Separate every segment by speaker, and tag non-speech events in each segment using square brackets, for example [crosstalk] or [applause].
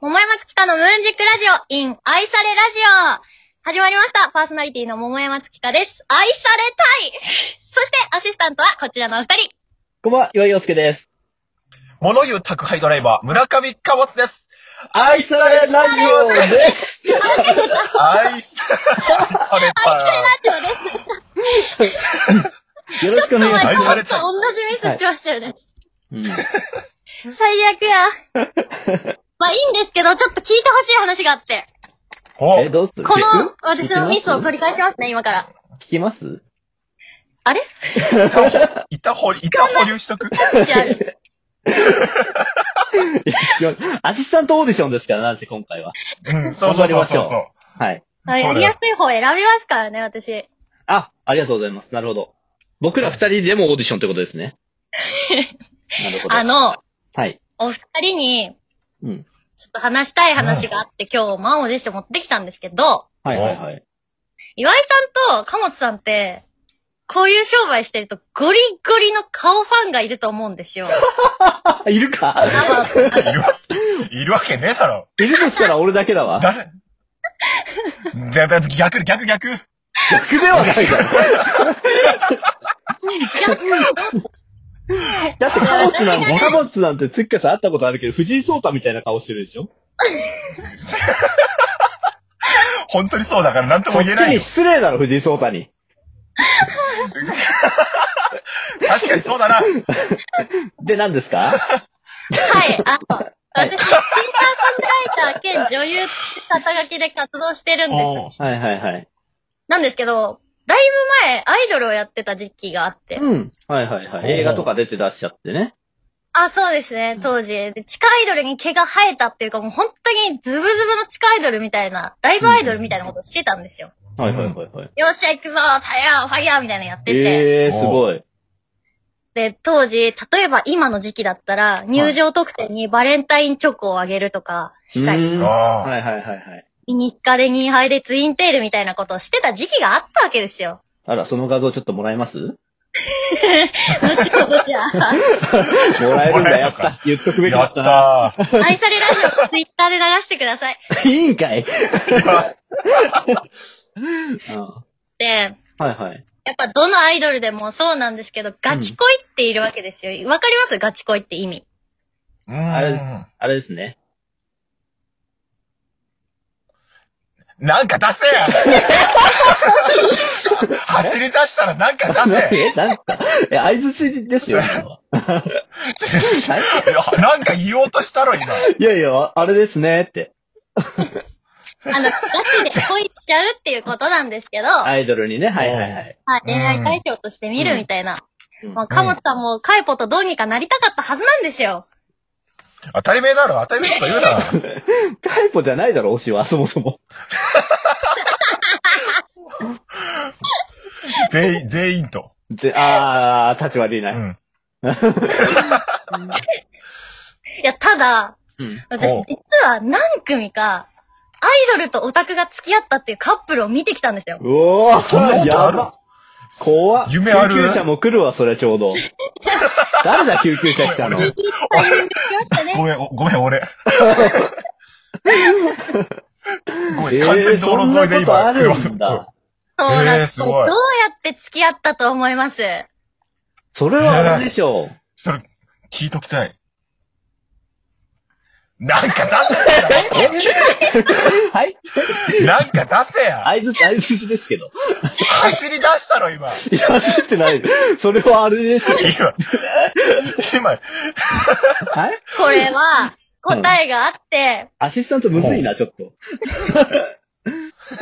Speaker 1: 桃山月花のムーンジックラジオ in 愛されラジオ始まりましたパーソナリティの桃山月花です愛されたいそしてアシスタントはこちらのお二人
Speaker 2: こんばんは、岩井洋介です。
Speaker 3: 物言う宅配ドライバー、村上貨物です。
Speaker 2: 愛されラジオです
Speaker 3: 愛さ、愛された。
Speaker 1: ラジオです
Speaker 2: よろしくお願いし
Speaker 3: 愛
Speaker 2: ま
Speaker 3: さ
Speaker 1: 前
Speaker 3: れ
Speaker 1: ちょ
Speaker 3: た
Speaker 1: っ
Speaker 3: い
Speaker 1: と同じミスしてましたよね、
Speaker 2: す。
Speaker 1: 最悪や
Speaker 2: [laughs]
Speaker 1: まあいいんですけど、ちょっと聞いてほしい話があって
Speaker 3: お
Speaker 2: え、どうする
Speaker 1: こ
Speaker 2: 聞
Speaker 1: の
Speaker 2: く
Speaker 1: 私のミスを取り返し
Speaker 2: 聞
Speaker 1: ますね、今から
Speaker 2: きます [laughs]
Speaker 1: あれ
Speaker 3: 板保留、板保留しとく。
Speaker 1: 私
Speaker 2: [laughs]
Speaker 1: ある
Speaker 2: いやアシスタントオーディションですから、なんせ今回は。
Speaker 3: うん、そ
Speaker 2: 頑張
Speaker 3: うそう
Speaker 2: り
Speaker 3: そ
Speaker 2: ま
Speaker 3: う
Speaker 2: しょう
Speaker 3: そ
Speaker 2: はい。
Speaker 1: はい
Speaker 3: そ
Speaker 1: や
Speaker 3: うだよ
Speaker 1: りやすい方選びますからね、私。
Speaker 2: あ、ありがとうございます。なるほど。僕ら二人でもオーディションってことで
Speaker 1: [laughs]
Speaker 2: すね。なるほど。
Speaker 1: あの、
Speaker 2: はい。
Speaker 1: お二人に、
Speaker 2: うん。
Speaker 1: ちょっと話したい話があって、今日満を持して持ってきたんですけど、
Speaker 2: はいはいはい。
Speaker 1: 岩井さんと貨物さんって、こういう商売してるとゴリゴリの顔ファンがいると思うんですよ。
Speaker 2: [laughs] あ、いるか
Speaker 1: 多分
Speaker 3: う。いるわいるわけねえだろ。
Speaker 2: [laughs] いるとしたら俺だけだわ。
Speaker 3: 誰だだ逆、逆、逆。
Speaker 2: 逆ではないだろ。 [laughs] だって貨物なんて、貨物なんて、つっかさん会ったことあるけど、藤井聡太みたいな顔してるでしょ
Speaker 3: 本当にそうだから何と
Speaker 2: そ
Speaker 3: も
Speaker 2: っち
Speaker 3: 言えない
Speaker 2: に
Speaker 3: よ。
Speaker 2: 失礼だろ、藤井聡太に。
Speaker 3: 確かにそう
Speaker 2: [laughs]
Speaker 3: だな。
Speaker 2: で、何ですか
Speaker 1: はい、あの、
Speaker 2: は
Speaker 1: 私、
Speaker 2: い
Speaker 1: シンガーソングライター兼女優って肩書きで活動してるんです。
Speaker 3: おう
Speaker 2: はいはいはい。
Speaker 1: なんですけど、だいぶ前、アイドルをやってた時期があって。
Speaker 2: うん。はいはいはい。映画とか出て出しちゃってね。
Speaker 1: あ、そうですね、当時。で地下アイドルに毛が生えたっていうか、もう本当にズブズブの地下アイドルみたいな、ライブアイドルみたいなことしてたんですよ。
Speaker 2: はいはいはいはい。
Speaker 1: よっしゃ行くぞファイヤーファイヤーみたいなのやってて。
Speaker 2: ええー、すごい。
Speaker 1: で、当時、例えば今の時期だったら、入場特典にバレンタインチョコをあげるとかしたり、
Speaker 2: うんは
Speaker 3: あ
Speaker 2: い
Speaker 3: あ
Speaker 2: はいはいはい。
Speaker 1: 日課で2杯でツインテールみたいなことをしてた時期があったわけです
Speaker 2: [laughs]
Speaker 1: よ。
Speaker 2: あら、その画像ちょっともらえますも
Speaker 1: 後ほどじゃあ、
Speaker 2: らえるんだ、
Speaker 3: もらえ
Speaker 2: やっ
Speaker 3: るのか
Speaker 2: た。言っとくべき
Speaker 3: [laughs] や
Speaker 2: だ
Speaker 3: っ
Speaker 2: った
Speaker 3: [laughs]
Speaker 2: な。
Speaker 3: たー。
Speaker 1: 愛されラジオ、ツイッターで流してください。
Speaker 2: いいんか
Speaker 3: [laughs]
Speaker 2: いうん
Speaker 1: で、
Speaker 2: はいはい。
Speaker 1: やっぱどのアイドルでもそうなんですけど、ガチ恋っているわけですよ。わ、かりますガチ恋って意
Speaker 2: [laughs]
Speaker 1: 味。
Speaker 3: う
Speaker 2: あ
Speaker 3: ん
Speaker 2: れ。あれですね。
Speaker 3: なんか出せ
Speaker 2: [laughs]
Speaker 3: や走り出したらなんか出せ
Speaker 2: え、 [laughs] なんか、え、相槌です
Speaker 3: [laughs]
Speaker 2: よ、今のは。
Speaker 3: いやなんか言おうとしたろ、今。
Speaker 2: いやいや、あれですね、って。
Speaker 1: あの、ガチで恋しちゃうっていうことなんですけど、
Speaker 2: アイドルにね、はいはいはい。
Speaker 1: まあ恋愛対象として見るみたいな。
Speaker 2: うん
Speaker 1: まあ、かもさんもカイポとどうにかなりたかったはずなんですよ。
Speaker 3: 当たり前だろ、当たり前とか言うな。
Speaker 2: [laughs] タイプじゃないだろ、推しは、そもそも。
Speaker 3: 全員、全員と。
Speaker 2: ぜ、あー、立ち悪いうな。
Speaker 3: ん。
Speaker 1: いや、ただ、
Speaker 2: うん。
Speaker 1: 私
Speaker 3: おう、
Speaker 1: 実は何組か、アイドルとオタクが付き合ったっていうカップルを見てきたんですよ。
Speaker 2: うおー、
Speaker 3: そんなことある
Speaker 2: やば怖っ
Speaker 3: 夢ある
Speaker 2: 救急車も来るわ、それちょう
Speaker 3: [laughs]
Speaker 2: ど。誰だ、救急車来たの。
Speaker 1: いいタイミングで来ました
Speaker 3: [laughs]
Speaker 1: ね。
Speaker 3: ごめん、おごめん、
Speaker 2: [laughs]
Speaker 3: 俺。ごめ
Speaker 2: え
Speaker 3: ん、完全に
Speaker 2: ー、
Speaker 3: 道
Speaker 2: そん
Speaker 3: 路沿い
Speaker 2: な
Speaker 3: で
Speaker 2: こと、ある
Speaker 3: 今
Speaker 2: んだ。
Speaker 1: そうなん
Speaker 3: へ
Speaker 1: で
Speaker 3: ー
Speaker 1: す。
Speaker 3: す
Speaker 1: どう
Speaker 3: ごい
Speaker 1: やって付き合ったと思います
Speaker 2: それはあれでしょう。
Speaker 3: [laughs] それ、聞いときたい。なんか出
Speaker 2: [laughs] はい
Speaker 3: せやなんか出せや
Speaker 2: 相づち、相づちですけど。
Speaker 3: 走り出したろ、今。
Speaker 2: いや、焦ってない。それはあれでしょう。
Speaker 3: 今、今、
Speaker 2: はい
Speaker 1: これ
Speaker 3: [laughs]
Speaker 1: は、答えがあって、
Speaker 2: アシスタントむずいな、ちょっと。
Speaker 1: も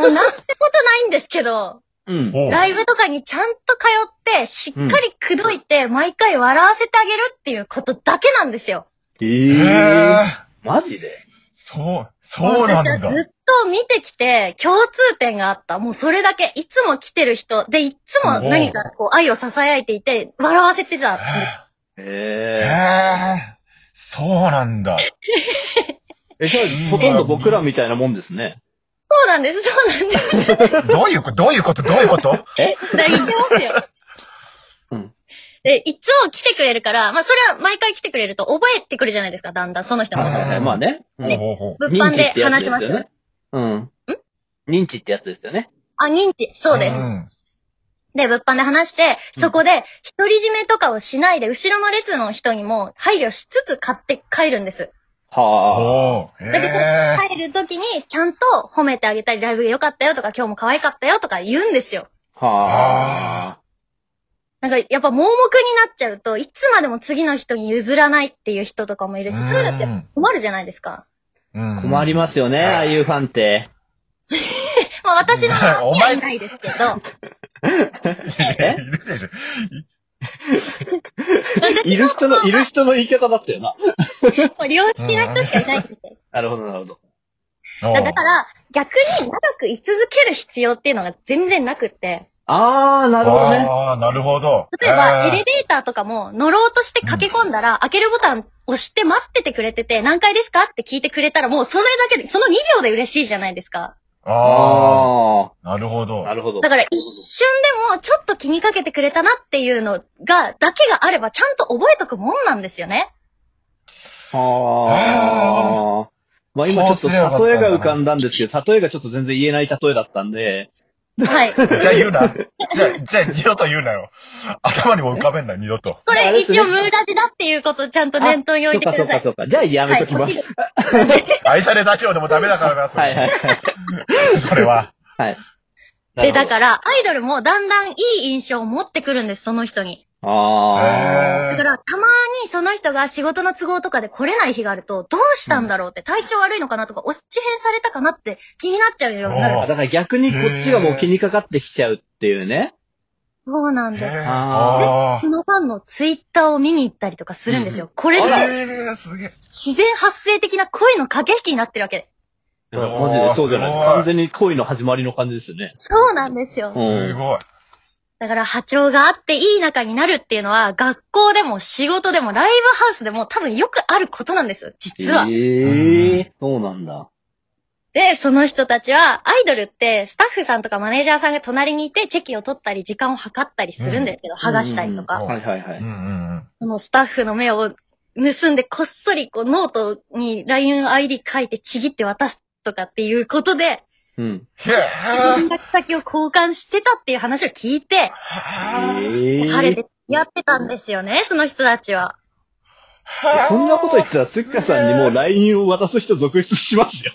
Speaker 1: うなんてことないんですけど、
Speaker 2: うん。
Speaker 3: おう
Speaker 1: ライブとかにちゃんと通って、しっかり口説いて、毎回笑わせてあげるっていうことだけなんですよ。
Speaker 2: え
Speaker 3: え
Speaker 2: ー。
Speaker 3: ー、
Speaker 2: マジで
Speaker 3: そう、そうなんだ
Speaker 1: 私。はずっと見てきて、共通点があった。もうそれだけ、いつも来てる人、で、いつも何かこう愛を囁いていて、笑わせてた。
Speaker 3: え
Speaker 2: え
Speaker 3: ー、そうなんだ。
Speaker 2: ー。え、じゃあ、ほとんど僕らみたいなもんですね。
Speaker 1: そうなんです、そうなんです。
Speaker 3: どういうこと、どういうこと、どういうこと
Speaker 1: だから言ってますよ。
Speaker 2: うん
Speaker 1: で、いつも来てくれるから、まあそれは毎回来てくれると覚えてくるじゃないですか、だんだんその人の
Speaker 2: は
Speaker 1: こと
Speaker 2: いはいはい。まあね。うん
Speaker 3: ほうほうほう。
Speaker 1: 物販で話します
Speaker 2: よね。うん。認知ってやつですよね。
Speaker 1: あ、認知。そうです。
Speaker 3: ん
Speaker 1: で、物販で話して、
Speaker 2: うん
Speaker 1: そこで、独り占めとかをしないで、後ろの列の人にも配慮しつつ買って帰るんです。
Speaker 2: はあ。
Speaker 3: ほう。
Speaker 1: だけど
Speaker 3: へ
Speaker 1: 帰る時に、ちゃんと褒めてあげたり、ライブ良かったよとか、今日も可愛かったよとか言うんですよ。
Speaker 2: はあ。
Speaker 1: なんか、やっぱ盲目になっちゃうと、いつまでも次の人に譲らないっていう人とかもいる
Speaker 3: え。。
Speaker 1: し、そういうのって困るじゃないですか。
Speaker 2: 困りますすよね、
Speaker 3: うん
Speaker 2: ああいうファンって。
Speaker 1: まあ私の周りに
Speaker 3: お
Speaker 1: は
Speaker 3: 前
Speaker 1: いないですけど、
Speaker 3: いるでしょ。
Speaker 2: いる人の、いる人の言い方だったよな。
Speaker 1: もう良識な人しかいないんですよ。
Speaker 2: なるほど、なるほど。
Speaker 3: おう
Speaker 1: だから、逆に長く居続ける必要っていうのが全然なくって。
Speaker 2: ああ、なるほどね。
Speaker 3: ああ、なるほど。
Speaker 1: 例えば、
Speaker 3: へ
Speaker 1: エレベーターとかも乗ろうとして駆け込んだら、開けるボタン押して待っててくれてて、何階ですかって聞いてくれたら、もうそれだけで、その2秒で嬉しいじゃないですか。
Speaker 3: あ
Speaker 2: あ
Speaker 3: あ、なるほ
Speaker 2: あ、
Speaker 3: ど。
Speaker 2: なるほど。
Speaker 1: だから一瞬でもちょっと気にかけてくれたなっていうのが、だけがあればちゃんと覚えとくもんなんですよね。
Speaker 2: はあ。まあ今ちょっと
Speaker 3: そうすればよかったん
Speaker 2: 例え
Speaker 3: だな
Speaker 2: が浮かんだんですけど、例えがちょっと全然言えない例えだったんで、 [laughs]
Speaker 1: はい。こ
Speaker 3: じゃあ言うな。じゃあ、じゃあ二度と言うなよ。頭にも浮かべんな、二度と。
Speaker 2: あれ
Speaker 1: れ
Speaker 2: ですね
Speaker 1: 一応ムーラジだっていうことをちゃんと念頭に置
Speaker 2: そ
Speaker 1: いうてく
Speaker 2: か
Speaker 1: だ
Speaker 2: そう
Speaker 1: さ
Speaker 2: か
Speaker 1: い。
Speaker 2: そうか。じゃあやめときま
Speaker 1: はい
Speaker 2: す。
Speaker 3: 愛されだけをでもダメだからな、それ。
Speaker 2: はいはいはい。
Speaker 3: それは。
Speaker 2: はい。
Speaker 1: [laughs] で、だ
Speaker 2: ら。
Speaker 1: から、アイドルもだんだんいい印象を持ってくるんです、その人に。
Speaker 2: ああ。
Speaker 1: だから、たまにその人が仕事の都合とかで来れない日があると、どうしたんだろうって、体調悪いのかなとか、おし変されたかなって気になっちゃうようにな
Speaker 3: あ
Speaker 1: る。
Speaker 3: ー
Speaker 2: だから逆にこっちがもう気にかかってきちゃうっていうね。
Speaker 1: そうなん
Speaker 3: へ
Speaker 1: で
Speaker 3: ー
Speaker 1: す。
Speaker 3: あ
Speaker 1: そのファンのツイッターを見に行ったりとかするんですよ。これっ
Speaker 3: ー。あ
Speaker 1: て
Speaker 3: れー、すげえ。
Speaker 1: 自然発生的な恋の駆け引きになってるわけで。
Speaker 2: いやマジでそうじゃないです
Speaker 3: おーすご
Speaker 2: か。
Speaker 3: い
Speaker 2: 完全に恋の始まりの感じですよね。
Speaker 1: そうなんですよ。
Speaker 3: す
Speaker 2: うん。
Speaker 3: ごい。
Speaker 1: だから波長があっていい仲になるっていうのは、学校でも仕事でもライブハウスでも多分よくあることなんです、実は。
Speaker 2: ええ、そうなんだ。
Speaker 1: で、その人たちは、アイドルって、スタッフさんとかマネージャーさんが隣にいて、チェキを取ったり、時間を計ったりするんですけど、剥がしたりと
Speaker 2: う
Speaker 1: か
Speaker 2: ん、はいはいは
Speaker 3: うんう
Speaker 2: い。
Speaker 3: んうん。
Speaker 1: そのスタッフの目を盗んで、こっそり、こう、ノートに LINEID 書いて、ちぎって渡すとかっていうことで、
Speaker 2: うん。
Speaker 3: へ
Speaker 1: 連
Speaker 3: え。
Speaker 1: 絡先を交換してたっていう話を聞いて、
Speaker 2: ええ。
Speaker 1: 晴れてやってたんですよね、その人たちは。
Speaker 2: そんなこと言ったら、スッカさんにもう LINE を渡す人続出しますよ。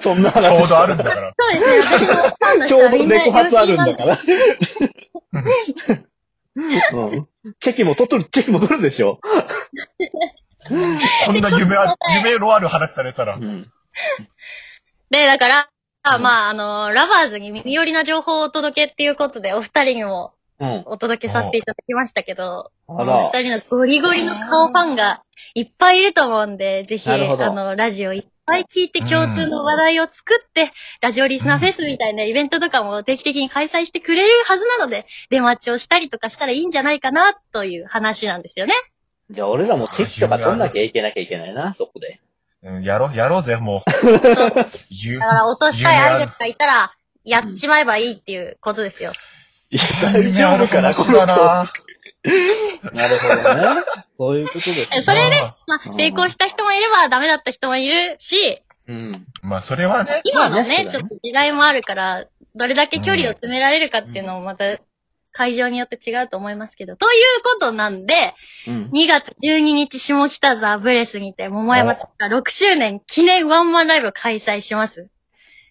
Speaker 2: そんな
Speaker 3: ち
Speaker 2: 話。
Speaker 3: ょうどあるんだから。
Speaker 1: そうですね、私もファンの人
Speaker 2: [laughs] ちょ
Speaker 1: は
Speaker 2: うど
Speaker 1: みんな
Speaker 2: 猫発あるんだから。
Speaker 3: うん
Speaker 2: うん。チェキも取っとる、チェキも取るでしょ。
Speaker 3: こんな夢ある、夢のある話されたら。
Speaker 2: うん。
Speaker 1: で、だから、あ
Speaker 2: うん
Speaker 1: まあ、あの、ラバーズに耳寄りな情報をお届けっていうことで、お二人にも
Speaker 2: うん。
Speaker 1: お届けさせていただきましたけど、
Speaker 2: あ
Speaker 1: お
Speaker 2: ら。
Speaker 1: 二人のゴリゴリの顔ファンがいっぱいいると思うんで、ぜひ、
Speaker 2: な
Speaker 1: あ
Speaker 2: るほど
Speaker 1: の、ラジオいっぱい聞いて共通の話題を作って、ラジオリスナーフェスみたいなイベントとかも定期的に開催してくれるはずなので、出待ちをしたりとかしたらいいんじゃないかな、という話なんですよね。
Speaker 2: じゃあ俺らもチェキとか取んなきゃいけなきゃいけないな、そこで。
Speaker 3: うん、やろう、やろう
Speaker 2: [laughs]
Speaker 3: ぜ、もう。ゆ
Speaker 1: だから、落としたいアイドルがいたら、やっちまえばいいっていうことですよ。
Speaker 2: いや、大丈夫かな、この
Speaker 3: 夢ある話だ
Speaker 2: 人。
Speaker 3: な
Speaker 2: なるほどね。そういうことです
Speaker 1: えそれで
Speaker 3: あ
Speaker 1: まあ、成功した人もいれば、ダメだった人もいるし、
Speaker 2: ーうん。
Speaker 3: ーまあ、それはね。
Speaker 1: [laughs] 今のね、
Speaker 2: まあね
Speaker 1: ちょっと時代もあるから、どれだけ距離を詰められるかっていうのもまた、会場によって違うと思いますけど。ということなんで、
Speaker 2: うん。
Speaker 1: 2月12日下北沢ブレスにて、桃山つか6周年記念ワンマンライブを開催します。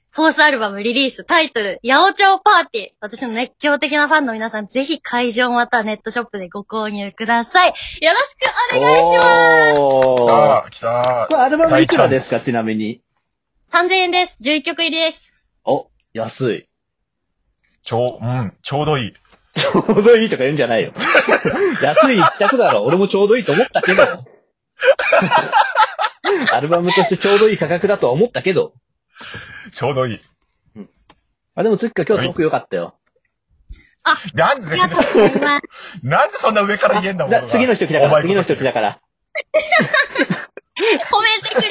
Speaker 1: フォースアルバムリリースタイトル、八百長パーティー。私の熱狂的なファンの皆さん、ぜひ会場またはネットショップでご購入ください。よろしくお願いしま
Speaker 2: おー。
Speaker 3: あー、来た
Speaker 2: これアルバムいくらですか、ちなみに。
Speaker 1: す。3000円です。11曲入りです。
Speaker 2: お、安い。
Speaker 3: ちょう、うん、ちょうどいい。
Speaker 2: [laughs] ちょうどいいとか言うんじゃない [laughs] よ。安い一択だろ。俺もちょうどいいと思ったけ [laughs] ど。アルバムとしてちょうどいい価格だとは思ったけど。
Speaker 3: ちょうどいい。
Speaker 2: あ、でもつっか今日トーク良かったよ。
Speaker 3: なん
Speaker 1: あ
Speaker 3: で
Speaker 1: り、がとうござい
Speaker 2: [laughs]
Speaker 1: ます。
Speaker 3: なんでそんな上から言えんだも
Speaker 2: だ
Speaker 3: ん。
Speaker 2: 次の人来たか
Speaker 3: お前
Speaker 2: ら、次の人来たから。
Speaker 1: 褒めてくれ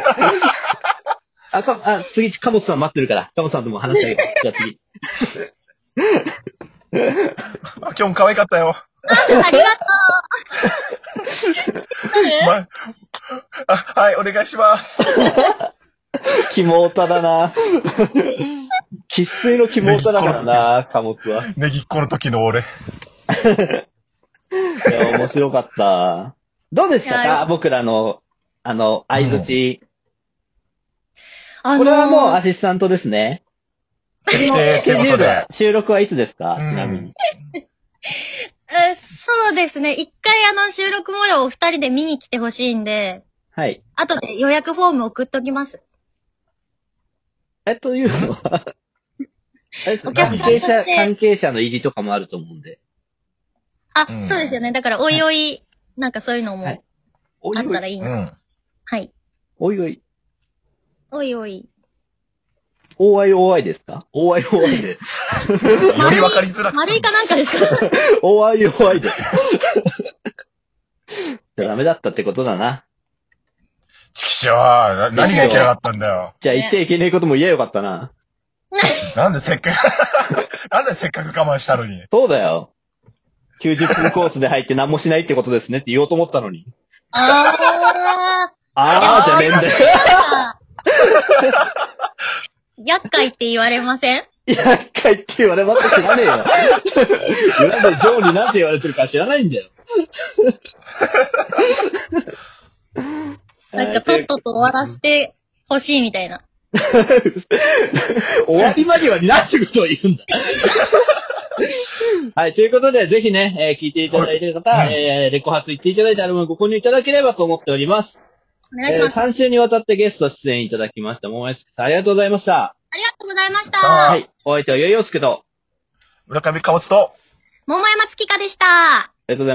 Speaker 1: たなぁ
Speaker 2: [laughs] あ、か、あ、次、カモさん待ってるから。カモさんとも話してあげる。じゃあ次。
Speaker 3: あきょん可愛かったよ。
Speaker 1: ありがとう [laughs] なる
Speaker 3: ま、あ、はい、お願いします。
Speaker 2: キモータだな。喫水のキモータだから [laughs] な、貨物は。
Speaker 3: ネギっ子の時の俺。
Speaker 2: いや、面白かった。どうでした
Speaker 1: いや
Speaker 2: か僕らの、あの、相づち。
Speaker 1: あ
Speaker 2: これはもう
Speaker 1: の
Speaker 2: アシスタントですね。
Speaker 3: 決
Speaker 2: 次の
Speaker 3: 定
Speaker 2: スケ
Speaker 3: とい
Speaker 2: ジ
Speaker 3: う
Speaker 2: ュー
Speaker 3: こと
Speaker 2: ルは
Speaker 3: で、。
Speaker 2: 収録はいつですか
Speaker 3: うん
Speaker 2: ちなみに。
Speaker 1: えーそうですね。一回あの収録模様を二人で見に来てほしいんで、
Speaker 2: はい。
Speaker 1: 後で予約フォーム送っときます。
Speaker 2: え、というのは、あれですか
Speaker 1: お客さんと
Speaker 2: 関係
Speaker 1: して
Speaker 2: 者、関係者の入りとかもあると思うんで。
Speaker 1: あ、
Speaker 3: うん
Speaker 1: そうですよね。だから、おいおい、なんかそういうのも
Speaker 2: は
Speaker 1: あ
Speaker 2: いおい
Speaker 1: っ
Speaker 2: お
Speaker 1: たら
Speaker 2: い。
Speaker 1: いいうな。
Speaker 3: ん。
Speaker 1: はい。
Speaker 2: おいおい。
Speaker 1: おいおい。
Speaker 2: OIOI ですか ?OIOI で。
Speaker 3: より分かりづらくす
Speaker 1: 丸
Speaker 3: る
Speaker 1: いかなんかですか
Speaker 2: OIOI で。じゃあダメだったってことだな。
Speaker 3: ちきしょう、な何がいけなかったんだよ。
Speaker 2: じゃあ言っちゃいけないことも言えばよかったな。
Speaker 3: なんでせっかく、 [laughs] なんでせっかく我慢したのに。
Speaker 2: そうだよ。90分コースで入って何もしないってことですねって言おうと思ったのに。
Speaker 1: あ
Speaker 2: あーじゃねえんだよ。
Speaker 1: ー。厄介って言われません
Speaker 2: 厄介って言われますか知らねえよ。裏でジョーに何て言われてるか知らないんだよ。
Speaker 1: なんか、とっとと終わらせてほしいみたいな。
Speaker 2: 終わり間際になんてことを言
Speaker 1: [laughs]
Speaker 2: うんだ。はい、ということで、ぜひね、えー聞いていただいている方、
Speaker 3: はい
Speaker 2: えーレコ発行っていただいたアルバムをご購入いただければと思っております。
Speaker 1: お願いします。
Speaker 2: 3週にわたってゲスト出演いただきました、桃井さん、ありがとうございました。
Speaker 1: ありがとうございまし
Speaker 3: あ
Speaker 1: た。
Speaker 2: はい、お相手はよいよすけと、あ
Speaker 3: 村上かおつと、
Speaker 1: 桃山月香でした。
Speaker 2: りがとうございました。